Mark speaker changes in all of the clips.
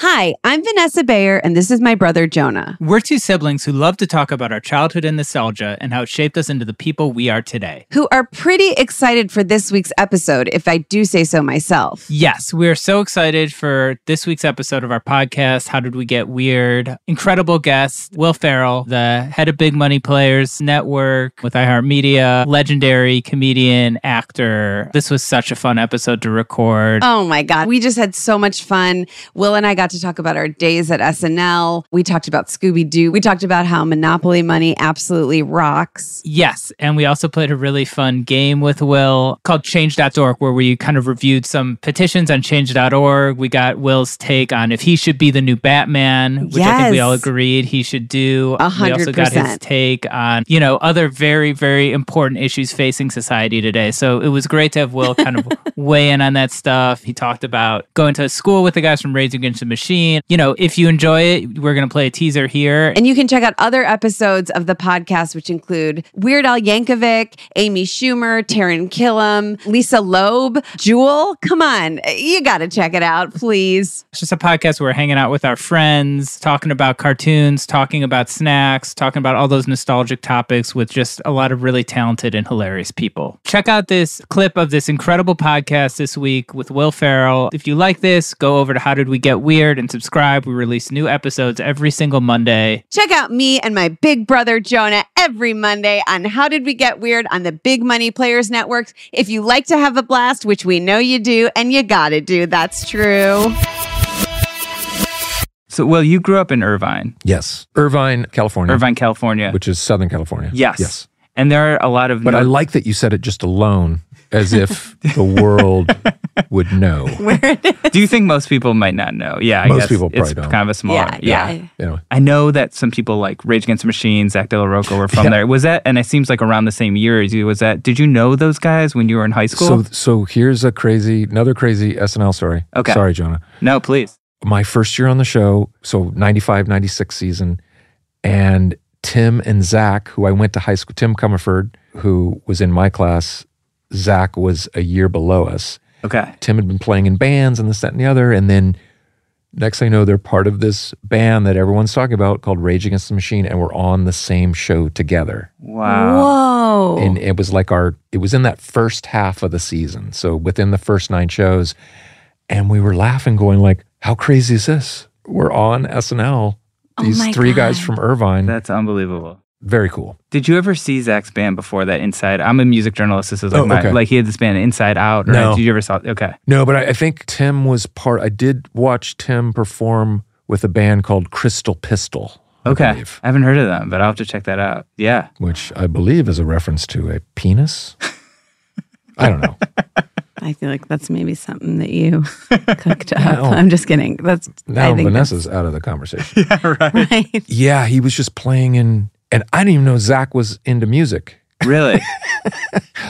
Speaker 1: Hi, I'm Vanessa Bayer, and this is my brother Jonah.
Speaker 2: We're two siblings who love to talk about our childhood and nostalgia and how it shaped us into the people we are today.
Speaker 1: Who are pretty excited for this week's episode, if I do say so myself.
Speaker 2: Yes, we are so excited for this week's episode of our podcast, How Did We Get Weird? Incredible guests, Will Farrell, the head of Big Money Players Network with iHeartMedia, legendary comedian, actor. This was such a fun episode to record.
Speaker 1: Oh my God, we just had so much fun. Will and I got to talk about our days at SNL. We talked about Scooby Doo. We talked about how Monopoly money absolutely rocks.
Speaker 2: Yes, and we also played a really fun game with Will called change.org where we kind of reviewed some petitions on change.org. We got Will's take on if he should be the new Batman, which I think we
Speaker 1: Yes.
Speaker 2: all agreed he should do.
Speaker 1: A
Speaker 2: We
Speaker 1: hundred
Speaker 2: also got his
Speaker 1: percent.
Speaker 2: take on, you know, other very very important issues facing society today. So it was great to have Will kind of weigh in on that stuff. He talked about going to school with the guys from Rage Against the Machine. You know, if you enjoy it, we're going to play a teaser here
Speaker 1: And you can check out other episodes of the podcast, which include Weird Al Yankovic, Amy Schumer, Taryn Killam, Lisa Loeb, Jewel. Come on, you got to check it out, please.
Speaker 2: It's just a podcast where we're hanging out with our friends, talking about cartoons, talking about snacks, talking about all those nostalgic topics with just a lot of really talented and hilarious people. Check out this clip of this incredible podcast this week with Will Farrell. If you like this, go over to How Did We Get Weird and subscribe. We release new episodes every single Monday.
Speaker 1: Check out me and my big brother Jonah every Monday on How Did We Get Weird on the Big Money Players Network. If you like to have a blast, which we know you do, and you gotta do, that's true.
Speaker 2: So, Will, you grew up in Irvine,
Speaker 3: Yes. Irvine, California.
Speaker 2: Irvine, California.
Speaker 3: Which is Southern California.
Speaker 2: yes.
Speaker 3: Yes.
Speaker 2: And there are a lot of.
Speaker 3: But I like that you said it just alone, as if the world would know.
Speaker 2: do you think most people might not know? Yeah,
Speaker 3: I Most guess people it's probably don't. kind
Speaker 2: of a small.
Speaker 3: Anyway.
Speaker 2: I know that some people like Rage Against the Machine, Zach De La Rocca were from there. Was that, and it seems like around the same year as you, was that, did you know those guys when you were in high
Speaker 3: So
Speaker 2: school?
Speaker 3: so here's a crazy another crazy SNL story.
Speaker 2: Okay.
Speaker 3: Sorry, Jonah.
Speaker 2: no, please.
Speaker 3: My first year on the show, so 95, 96 season, and Tim and Zach, who I went to high school, Tim Comerford, who was in my class, Zach was a year below us.
Speaker 2: Okay.
Speaker 3: Tim had been playing in bands and this, that, and the other. And then next thing I know, they're part of this band that everyone's talking about called Rage Against the Machine, and we're on the same show together.
Speaker 2: Wow.
Speaker 1: Whoa.
Speaker 3: And it was like our, it was in that first half of the season. So within the first nine shows, and we were laughing, going like, how crazy is this? We're on SNL. These
Speaker 1: Oh my
Speaker 3: three guys
Speaker 1: God.
Speaker 3: from Irvine.
Speaker 2: That's unbelievable.
Speaker 3: Very cool.
Speaker 2: Did you ever see Zach's band before that Inside? I'm a music journalist. This is like
Speaker 3: Oh,
Speaker 2: my,
Speaker 3: okay.
Speaker 2: like he had this band Inside Out. Or
Speaker 3: No.
Speaker 2: Did you ever saw Okay.
Speaker 3: No, but I, I think Tim was part, I did watch Tim perform with a band called Crystal Pistol. I
Speaker 2: Okay. I,
Speaker 3: believe.
Speaker 2: haven't heard of them, but I'll have to check that out. Yeah.
Speaker 3: which I believe is a reference to a penis. I don't know.
Speaker 4: I feel like that's maybe something that you cooked up.
Speaker 3: No.
Speaker 4: I'm just kidding. That's
Speaker 3: Now
Speaker 4: I think
Speaker 3: Vanessa's out of the conversation.
Speaker 4: right.
Speaker 3: yeah, he was just playing in, and I didn't even know Zach was into music.
Speaker 2: Really?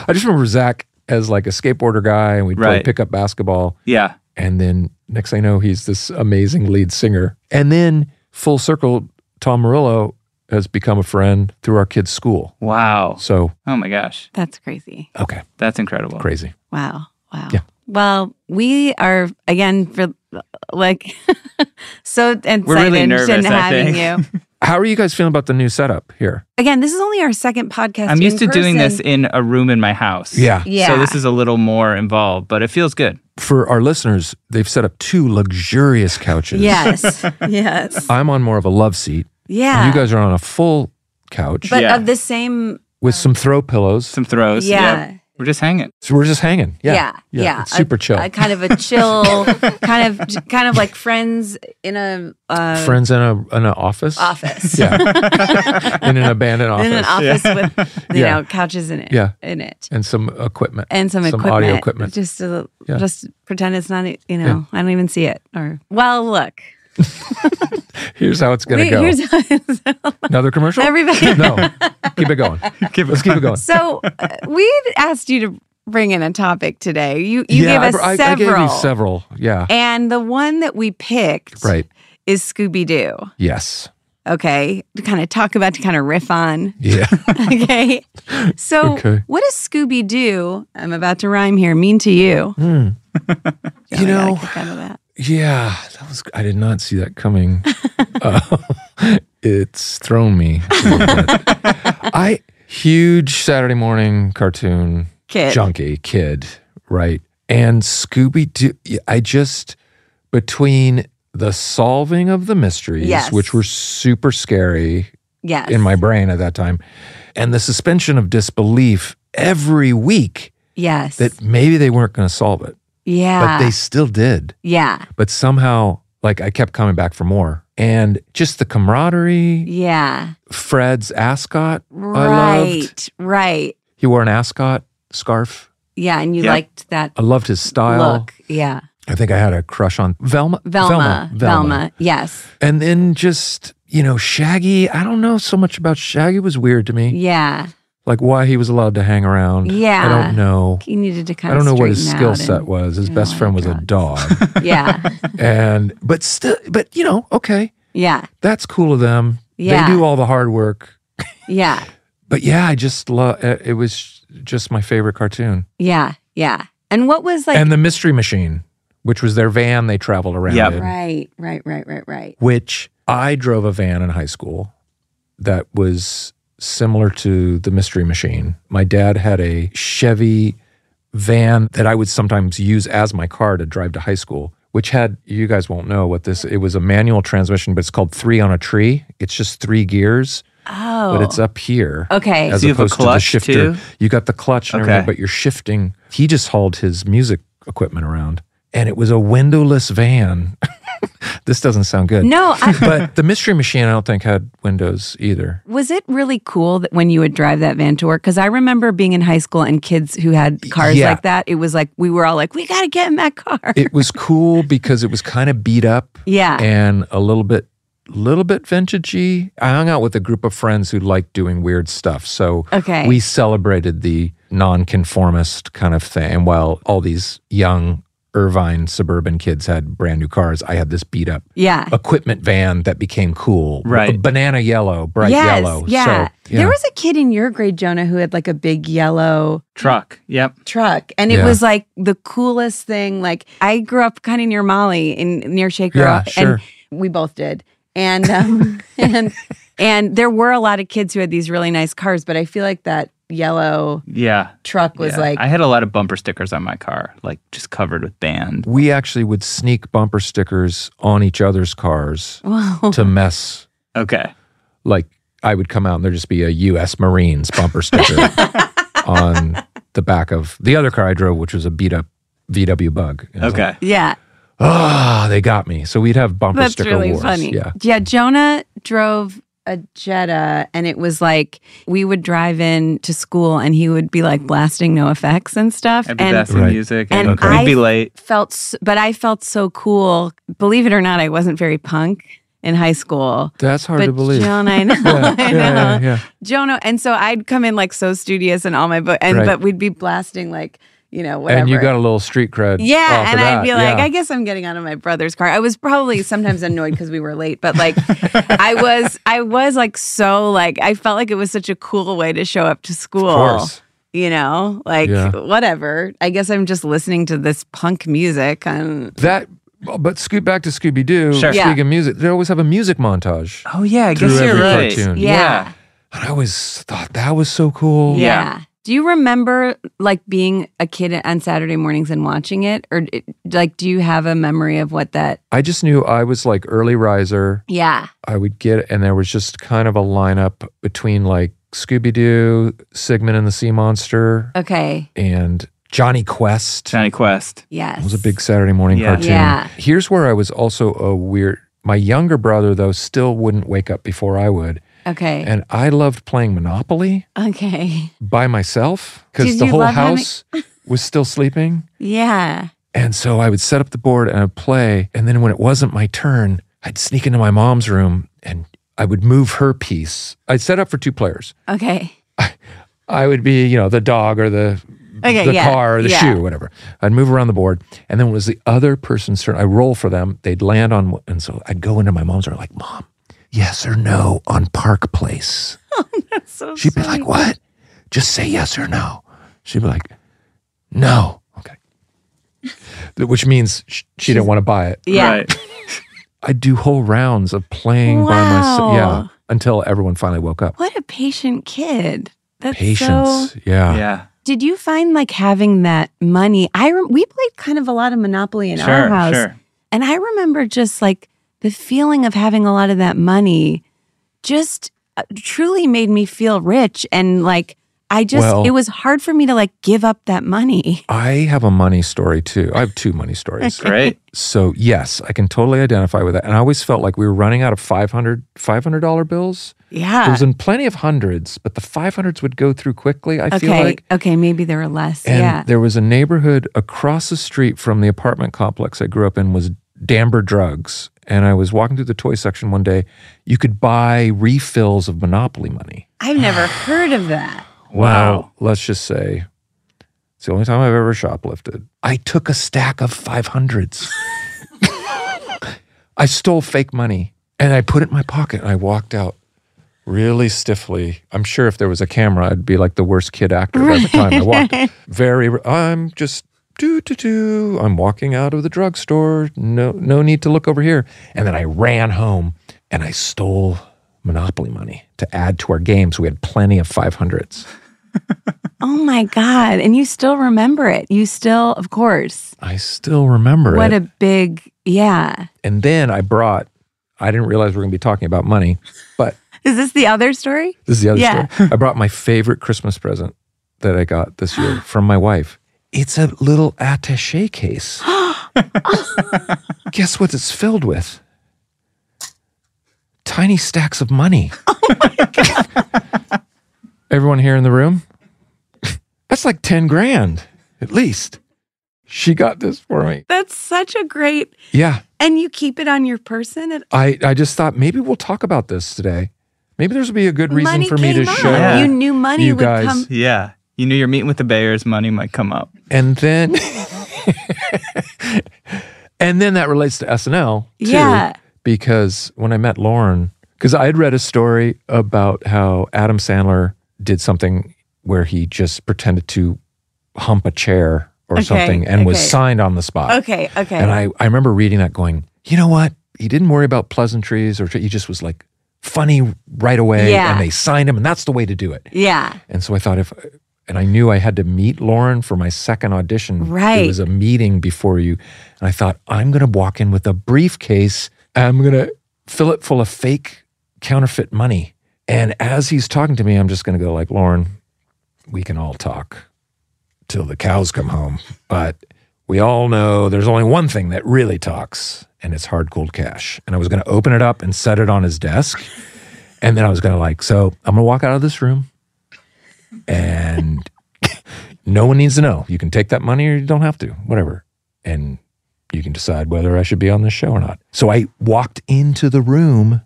Speaker 3: I just remember Zach as like a skateboarder guy, and we'd play
Speaker 2: Right.
Speaker 3: pickup basketball.
Speaker 2: yeah.
Speaker 3: And then next thing I know, he's this amazing lead singer. And then full circle, Tom Morello has become a friend through our kids' school.
Speaker 2: Wow.
Speaker 3: So,
Speaker 2: Oh my gosh.
Speaker 4: That's crazy.
Speaker 3: okay,
Speaker 2: That's incredible.
Speaker 3: crazy.
Speaker 4: Wow. Wow.
Speaker 3: Yeah.
Speaker 4: Well, we are again for like so excited
Speaker 2: We're really nervous,
Speaker 4: in
Speaker 2: I
Speaker 4: having
Speaker 2: think.
Speaker 4: you.
Speaker 3: How are you guys feeling about the new setup here?
Speaker 4: Again, this is only our second podcast.
Speaker 2: I'm used to
Speaker 4: in
Speaker 2: doing this
Speaker 4: person.
Speaker 2: in a room in my house.
Speaker 3: Yeah.
Speaker 4: Yeah.
Speaker 2: So this is a little more involved, but it feels good.
Speaker 3: For our listeners, they've set up two luxurious couches.
Speaker 4: Yes. yes.
Speaker 3: I'm on more of a love seat.
Speaker 4: Yeah.
Speaker 3: Uh, You guys are on a full couch
Speaker 4: but
Speaker 2: Yeah.
Speaker 4: of the same
Speaker 3: with some throw pillows.
Speaker 2: Some throws.
Speaker 4: Yeah.
Speaker 2: We're just hanging.
Speaker 3: so we're just hanging. Yeah.
Speaker 4: yeah, yeah,
Speaker 3: It's super
Speaker 4: a,
Speaker 3: chill.
Speaker 4: a kind of a chill, kind of, kind of like friends in a uh,
Speaker 3: Friends in a in an office.
Speaker 4: office,
Speaker 3: Yeah. in an abandoned office.
Speaker 4: in an office with you
Speaker 3: Yeah.
Speaker 4: know couches in it,
Speaker 3: Yeah.
Speaker 4: in it,
Speaker 3: and some equipment.
Speaker 4: and some,
Speaker 3: Some
Speaker 4: equipment,
Speaker 3: audio equipment.
Speaker 4: Just to,
Speaker 3: Yeah.
Speaker 4: just pretend it's not, e, you know, I don't even see it. Or well, look,
Speaker 3: Here's how it's going to
Speaker 4: We-
Speaker 3: go.
Speaker 4: here's how it's-
Speaker 3: Another commercial?
Speaker 4: everybody.
Speaker 3: no. Keep it going. Let's keep it going.
Speaker 4: So uh, we asked you to bring in a topic today. You you
Speaker 3: yeah,
Speaker 4: gave us
Speaker 3: I, I- I
Speaker 4: several,
Speaker 3: gave you several. Yeah.
Speaker 4: and the one that we picked
Speaker 3: right.
Speaker 4: is Scooby Doo.
Speaker 3: Yes.
Speaker 4: Okay, to kind of talk about, to kind of riff on.
Speaker 3: Yeah.
Speaker 4: okay. So,
Speaker 3: Okay.
Speaker 4: what does Scooby Doo, I'm about to rhyme here, mean to you?
Speaker 3: you know,
Speaker 4: Kick out of that.
Speaker 3: yeah, that was I did not see that coming. Uh, it's thrown me. a little bit. I huge Saturday morning cartoon
Speaker 4: Kid.
Speaker 3: junkie kid, right? And Scooby Doo, I just between the solving of the mysteries,
Speaker 4: Yes.
Speaker 3: which were super scary
Speaker 4: Yes.
Speaker 3: in my brain at that time, and the suspension of disbelief every week
Speaker 4: yes.
Speaker 3: that maybe they weren't going to solve it,
Speaker 4: yeah.
Speaker 3: but they still did.
Speaker 4: yeah.
Speaker 3: But somehow, like, I kept coming back for more. And just the camaraderie,
Speaker 4: Yeah.
Speaker 3: Fred's ascot, I loved.
Speaker 4: Right. Right.
Speaker 3: He wore an ascot scarf.
Speaker 4: Yeah. And you
Speaker 2: Yeah.
Speaker 4: liked that
Speaker 3: I loved his style.
Speaker 4: look. Yeah.
Speaker 3: I think I had a crush on Velma.
Speaker 4: Velma. Yes.
Speaker 3: And then just, you know, Shaggy. I don't know so much about Shaggy It was weird to me.
Speaker 4: Yeah.
Speaker 3: Like why he was allowed to hang around. I
Speaker 4: Yeah.
Speaker 3: don't know.
Speaker 4: He needed to kind
Speaker 3: I
Speaker 4: of
Speaker 3: don't know what his
Speaker 4: straighten
Speaker 3: skill
Speaker 4: out
Speaker 3: set
Speaker 4: and-
Speaker 3: was. His
Speaker 4: and oh
Speaker 3: best
Speaker 4: all
Speaker 3: friend
Speaker 4: that
Speaker 3: was a
Speaker 4: drugs.
Speaker 3: dog.
Speaker 4: Yeah.
Speaker 3: and but still but you know, okay.
Speaker 4: Yeah.
Speaker 3: That's cool of them.
Speaker 4: Yeah.
Speaker 3: They do all the hard work.
Speaker 4: Yeah.
Speaker 3: But yeah, I just love it was just my favorite cartoon.
Speaker 4: Yeah. Yeah. And what was like.
Speaker 3: and the Mystery Machine, which was their van they traveled around
Speaker 2: Yep.
Speaker 3: in.
Speaker 4: right. Right. Right. Right. Right.
Speaker 3: which I drove a van in high school that was similar to the Mystery Machine. My dad had a Chevy van that I would sometimes use as my car to drive to high school, which had, you guys won't know what this, it was a manual transmission, but it's called three on a tree. It's just three gears,
Speaker 4: Oh.
Speaker 3: but it's up here.
Speaker 4: Okay.
Speaker 3: As
Speaker 2: So you have a
Speaker 3: opposed
Speaker 2: clutch,
Speaker 3: to the shifter.
Speaker 2: too?
Speaker 3: You got the clutch and
Speaker 2: Okay.
Speaker 3: everything, but you're shifting. He just hauled his music equipment around. And it was a windowless van. this doesn't sound good
Speaker 4: no, I,
Speaker 3: but the mystery machine, I don't think had windows either.
Speaker 4: Was it really cool that when you would drive that van to work? Because I remember being in high school and kids who had cars
Speaker 3: Yeah.
Speaker 4: like that. It was like we were all like, "We got to get in that car."
Speaker 3: It was cool because it was kind of beat up
Speaker 2: Ah.
Speaker 4: yeah,
Speaker 3: and a little bit, little bit vintagey. I hung out with a group of friends who liked doing weird stuff, so
Speaker 4: Okay.
Speaker 3: we celebrated the nonconformist kind of thing. And while all these young Irvine suburban kids had brand new cars, I had this beat up
Speaker 4: yeah,
Speaker 3: equipment van that became cool,
Speaker 2: Right.
Speaker 3: Banana yellow, bright
Speaker 4: yes,
Speaker 3: yellow.
Speaker 4: yeah.
Speaker 3: So, yeah.
Speaker 4: There was a kid in your grade, Jonah, who had like a big yellow
Speaker 2: Truck. Yep.
Speaker 4: truck, and it
Speaker 3: Yeah.
Speaker 4: was like the coolest thing. Like I grew up kind of near Molly in near Shaker,
Speaker 3: Yeah,
Speaker 4: and
Speaker 3: sure.
Speaker 4: we both did, and um, and and there were a lot of kids who had these really nice cars, but I feel like that yellow
Speaker 2: Yeah.
Speaker 4: truck was
Speaker 2: Yeah.
Speaker 4: like
Speaker 2: I had a lot of bumper stickers on my car, like just covered with band.
Speaker 3: we actually would sneak bumper stickers on each other's cars
Speaker 4: Whoa.
Speaker 3: to mess.
Speaker 2: Okay.
Speaker 3: Like I would come out and there'd just be a U.S. Marines bumper sticker on the back of the other car I drove, which was a beat up VW Bug. And I was like,
Speaker 2: Okay.
Speaker 4: Yeah,
Speaker 3: Ah, they got me. So we'd have bumper
Speaker 4: that's
Speaker 3: sticker
Speaker 4: really
Speaker 3: wars.
Speaker 4: funny.
Speaker 3: Yeah.
Speaker 4: Jonah drove a Jetta, and it was like we would drive in to school, and he would be like blasting no effects and stuff,
Speaker 2: I'd be
Speaker 4: and
Speaker 2: blasting
Speaker 3: Right.
Speaker 2: music
Speaker 4: and
Speaker 2: and,
Speaker 4: Okay.
Speaker 2: we'd be
Speaker 4: I-
Speaker 2: late.
Speaker 4: felt. s but I felt so cool. Believe it or not, I wasn't very punk in high school.
Speaker 3: That's hard
Speaker 4: but
Speaker 3: to believe.
Speaker 4: Jonah, I know,
Speaker 3: yeah,
Speaker 4: I
Speaker 3: yeah,
Speaker 4: know.
Speaker 3: yeah, yeah.
Speaker 4: Jonah, and so I'd come in like so studious and all my book, and
Speaker 3: Right.
Speaker 4: but we'd be blasting like you know, whatever.
Speaker 3: And you got a little street cred.
Speaker 4: Yeah,
Speaker 3: off of
Speaker 4: and
Speaker 3: that,
Speaker 4: I'd be like,
Speaker 3: yeah.
Speaker 4: I guess I'm getting out of my brother's car. I was probably sometimes annoyed because we were late, but like, I was, I was like so like I felt like it was such a cool way to show up to school.
Speaker 3: Of course.
Speaker 4: You know, like
Speaker 3: Yeah.
Speaker 4: whatever. I guess I'm just listening to this punk music. And
Speaker 3: That, but scoot back to Scooby Doo.
Speaker 2: Sure.
Speaker 4: Yeah.
Speaker 3: Speaking of music, they always have a music montage.
Speaker 2: Oh yeah, I
Speaker 3: Through
Speaker 2: guess you're
Speaker 3: every
Speaker 2: right.
Speaker 3: cartoon.
Speaker 4: Yeah.
Speaker 3: And I always thought that was so cool.
Speaker 2: Yeah.
Speaker 4: Do you remember like being a kid on Saturday mornings and watching it, or like do you have a memory of what that?
Speaker 3: I just knew I was like early riser.
Speaker 4: Yeah.
Speaker 3: I would get, and there was just kind of a lineup between like Scooby Doo, Sigmund and the Sea Monster,
Speaker 4: Okay.
Speaker 3: and Johnny Quest.
Speaker 2: Johnny Quest.
Speaker 4: Yes.
Speaker 3: It was a big Saturday morning
Speaker 2: Yeah.
Speaker 3: cartoon.
Speaker 4: Yeah.
Speaker 3: Here's where I was also a weird. My younger brother, though, still wouldn't wake up before I would.
Speaker 4: Okay.
Speaker 3: And I loved playing Monopoly
Speaker 4: okay.
Speaker 3: by myself
Speaker 4: Did
Speaker 3: because the
Speaker 4: you
Speaker 3: whole
Speaker 4: love having-
Speaker 3: house was still sleeping.
Speaker 4: Yeah.
Speaker 3: And so I would set up the board and I'd play. And then when it wasn't my turn, I'd sneak into my mom's room and I would move her piece. I'd set up for two players.
Speaker 4: Okay.
Speaker 3: I would be, you know, the dog or the
Speaker 4: Okay,
Speaker 3: the
Speaker 4: yeah,
Speaker 3: car or the
Speaker 4: yeah.
Speaker 3: shoe, whatever. I'd move around the board, and then when it was the other person's turn. I roll for them. They'd land on, and so I'd go into my mom's room like, "Mom, yes or no on Park Place?"
Speaker 4: So
Speaker 3: She'd be like, "What? Just say yes or no." She'd be like, "No." Okay. Th- Which means sh- she didn't want to buy it.
Speaker 4: Yeah.
Speaker 2: Right.
Speaker 3: I'd do whole rounds of playing by myself. Yeah.
Speaker 4: Wow.
Speaker 3: Until everyone finally woke up.
Speaker 4: What a patient kid. That's
Speaker 3: Patience.
Speaker 4: So,
Speaker 3: yeah.
Speaker 2: Yeah.
Speaker 4: did you find like having that money? I rem- we played kind of a lot of Monopoly in our
Speaker 2: Sure.
Speaker 4: house,
Speaker 2: Sure.
Speaker 4: and I remember just like the feeling of having a lot of that money, just uh, truly made me feel rich and like I just
Speaker 3: Well-
Speaker 4: it was hard for me to like give up that money.
Speaker 3: I have a money story too. I have two money stories.
Speaker 2: Great.
Speaker 3: So yes, I can totally identify with that. And I always felt like we were running out of 500 $500 bills.
Speaker 4: Yeah.
Speaker 3: There was in plenty of hundreds, but the 500s would go through quickly, I feel
Speaker 4: okay.
Speaker 3: like.
Speaker 4: okay. Maybe there were less.
Speaker 3: And
Speaker 4: yeah.
Speaker 3: there was a neighborhood across the street from the apartment complex I grew up in was Damber Drugs. And I was walking through the toy section one day. You could buy refills of Monopoly money.
Speaker 4: I've never heard of that.
Speaker 3: Wow. Let's just say it's the only time I've ever shoplifted. I took a stack of 500s. I stole fake money and I put it in my pocket and I walked out really stiffly. I'm sure if there was a camera, I'd be like the worst kid actor by the time I walked. Very, I'm just. Do do do. I'm walking out of the drugstore. No, no need to look over here. And then I ran home and I stole Monopoly money to add to our games. We had plenty of five hundreds.
Speaker 4: Oh my God. And you still remember it. You still, of course.
Speaker 3: I still remember
Speaker 4: What
Speaker 3: it.
Speaker 4: a big yeah.
Speaker 3: and then I brought, I didn't realize we are going to be talking about money, but
Speaker 4: Is this the other story?
Speaker 3: this is the other
Speaker 4: Yeah.
Speaker 3: story. I brought my favorite Christmas present that I got this year from my wife. It's a little attache case.
Speaker 4: Oh.
Speaker 3: Guess what it's filled with? Tiny stacks of money.
Speaker 4: Oh
Speaker 3: Everyone here in the room? That's like 10 grand at least. She got this for me.
Speaker 4: That's such a great
Speaker 3: Yeah.
Speaker 4: and you keep it on your person at
Speaker 3: I, I just thought maybe we'll talk about this today. Maybe there's be a good reason
Speaker 4: money
Speaker 3: for me
Speaker 4: came
Speaker 3: to
Speaker 4: up.
Speaker 3: show.
Speaker 2: Yeah.
Speaker 4: You knew money
Speaker 3: you
Speaker 4: would
Speaker 3: guys.
Speaker 4: come.
Speaker 2: Yeah. You knew your meeting with the Bayers money might come up.
Speaker 3: And then and then that relates to SNL too.
Speaker 4: Yeah.
Speaker 3: Because when I met Lauren, because I had read a story about how Adam Sandler did something where he just pretended to hump a chair or
Speaker 4: Okay,
Speaker 3: something and was
Speaker 4: okay. Oh,
Speaker 3: signed on the spot.
Speaker 4: Okay, okay.
Speaker 3: And I, I remember reading that going, you know what? He didn't worry about pleasantries or he just was like funny right away.
Speaker 4: Yeah.
Speaker 3: And they signed him, and that's the way to do it.
Speaker 4: yeah.
Speaker 3: And so I thought if, and I knew I had to meet Lauren for my second audition.
Speaker 4: Right.
Speaker 3: It was a meeting before you. And I thought, I'm going to walk in with a briefcase. and I'm going to fill it full of fake counterfeit money. And as he's talking to me, I'm just going to go like, Lauren, we can all talk till the cows come home. But we all know there's only one thing that really talks, and it's hard cold cash. And I was going to open it up and set it on his desk. And then I was going to like, so I'm going to walk out of this room and no one needs to know. You can take that money or you don't have to, whatever. And you can decide whether I should be on this show or not. So I walked into the room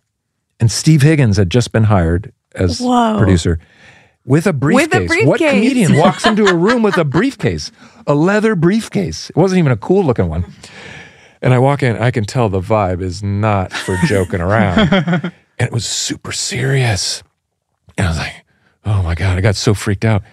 Speaker 3: and Steve Higgins had just been hired as
Speaker 4: Whoa.
Speaker 3: producer. with a briefcase. What
Speaker 4: briefcase.
Speaker 3: comedian walks into a room with a briefcase? A leather briefcase. It wasn't even a cool looking one. And I walk in, I can tell the vibe is not for joking around. and it was super serious. And I was like, oh my God, I got so freaked out.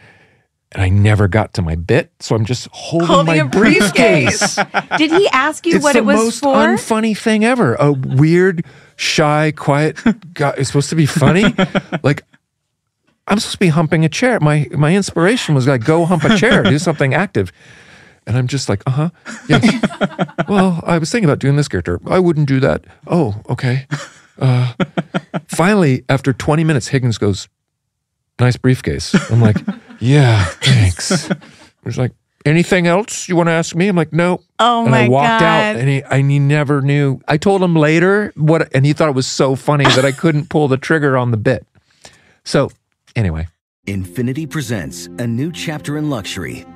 Speaker 3: And I never got to my bit. So I'm just holding,
Speaker 4: Holding
Speaker 3: my
Speaker 4: a briefcase.
Speaker 3: briefcase
Speaker 4: Did he ask you
Speaker 3: it's
Speaker 4: what
Speaker 3: the
Speaker 4: it was
Speaker 3: most
Speaker 4: for?
Speaker 3: unfunny thing ever. A weird, shy, quiet guy is supposed to be funny. like I'm supposed to be humping a chair. My my inspiration was like, go hump a chair, do something active. And I'm just like, uh huh. Yes. well, I was thinking about doing this character. I wouldn't do that. Oh, okay. Uh, finally, after 20 minutes, Higgins goes, nice briefcase. I'm like, yeah, thanks. He's like, anything else you want to ask me? I'm like, no.
Speaker 4: Oh
Speaker 3: and
Speaker 4: my
Speaker 3: I walked
Speaker 4: God.
Speaker 3: out and he, and he never knew. I told him later what, and he thought it was so funny that I couldn't pull the trigger on the bit. So anyway,
Speaker 5: Infinity presents a new chapter in luxury,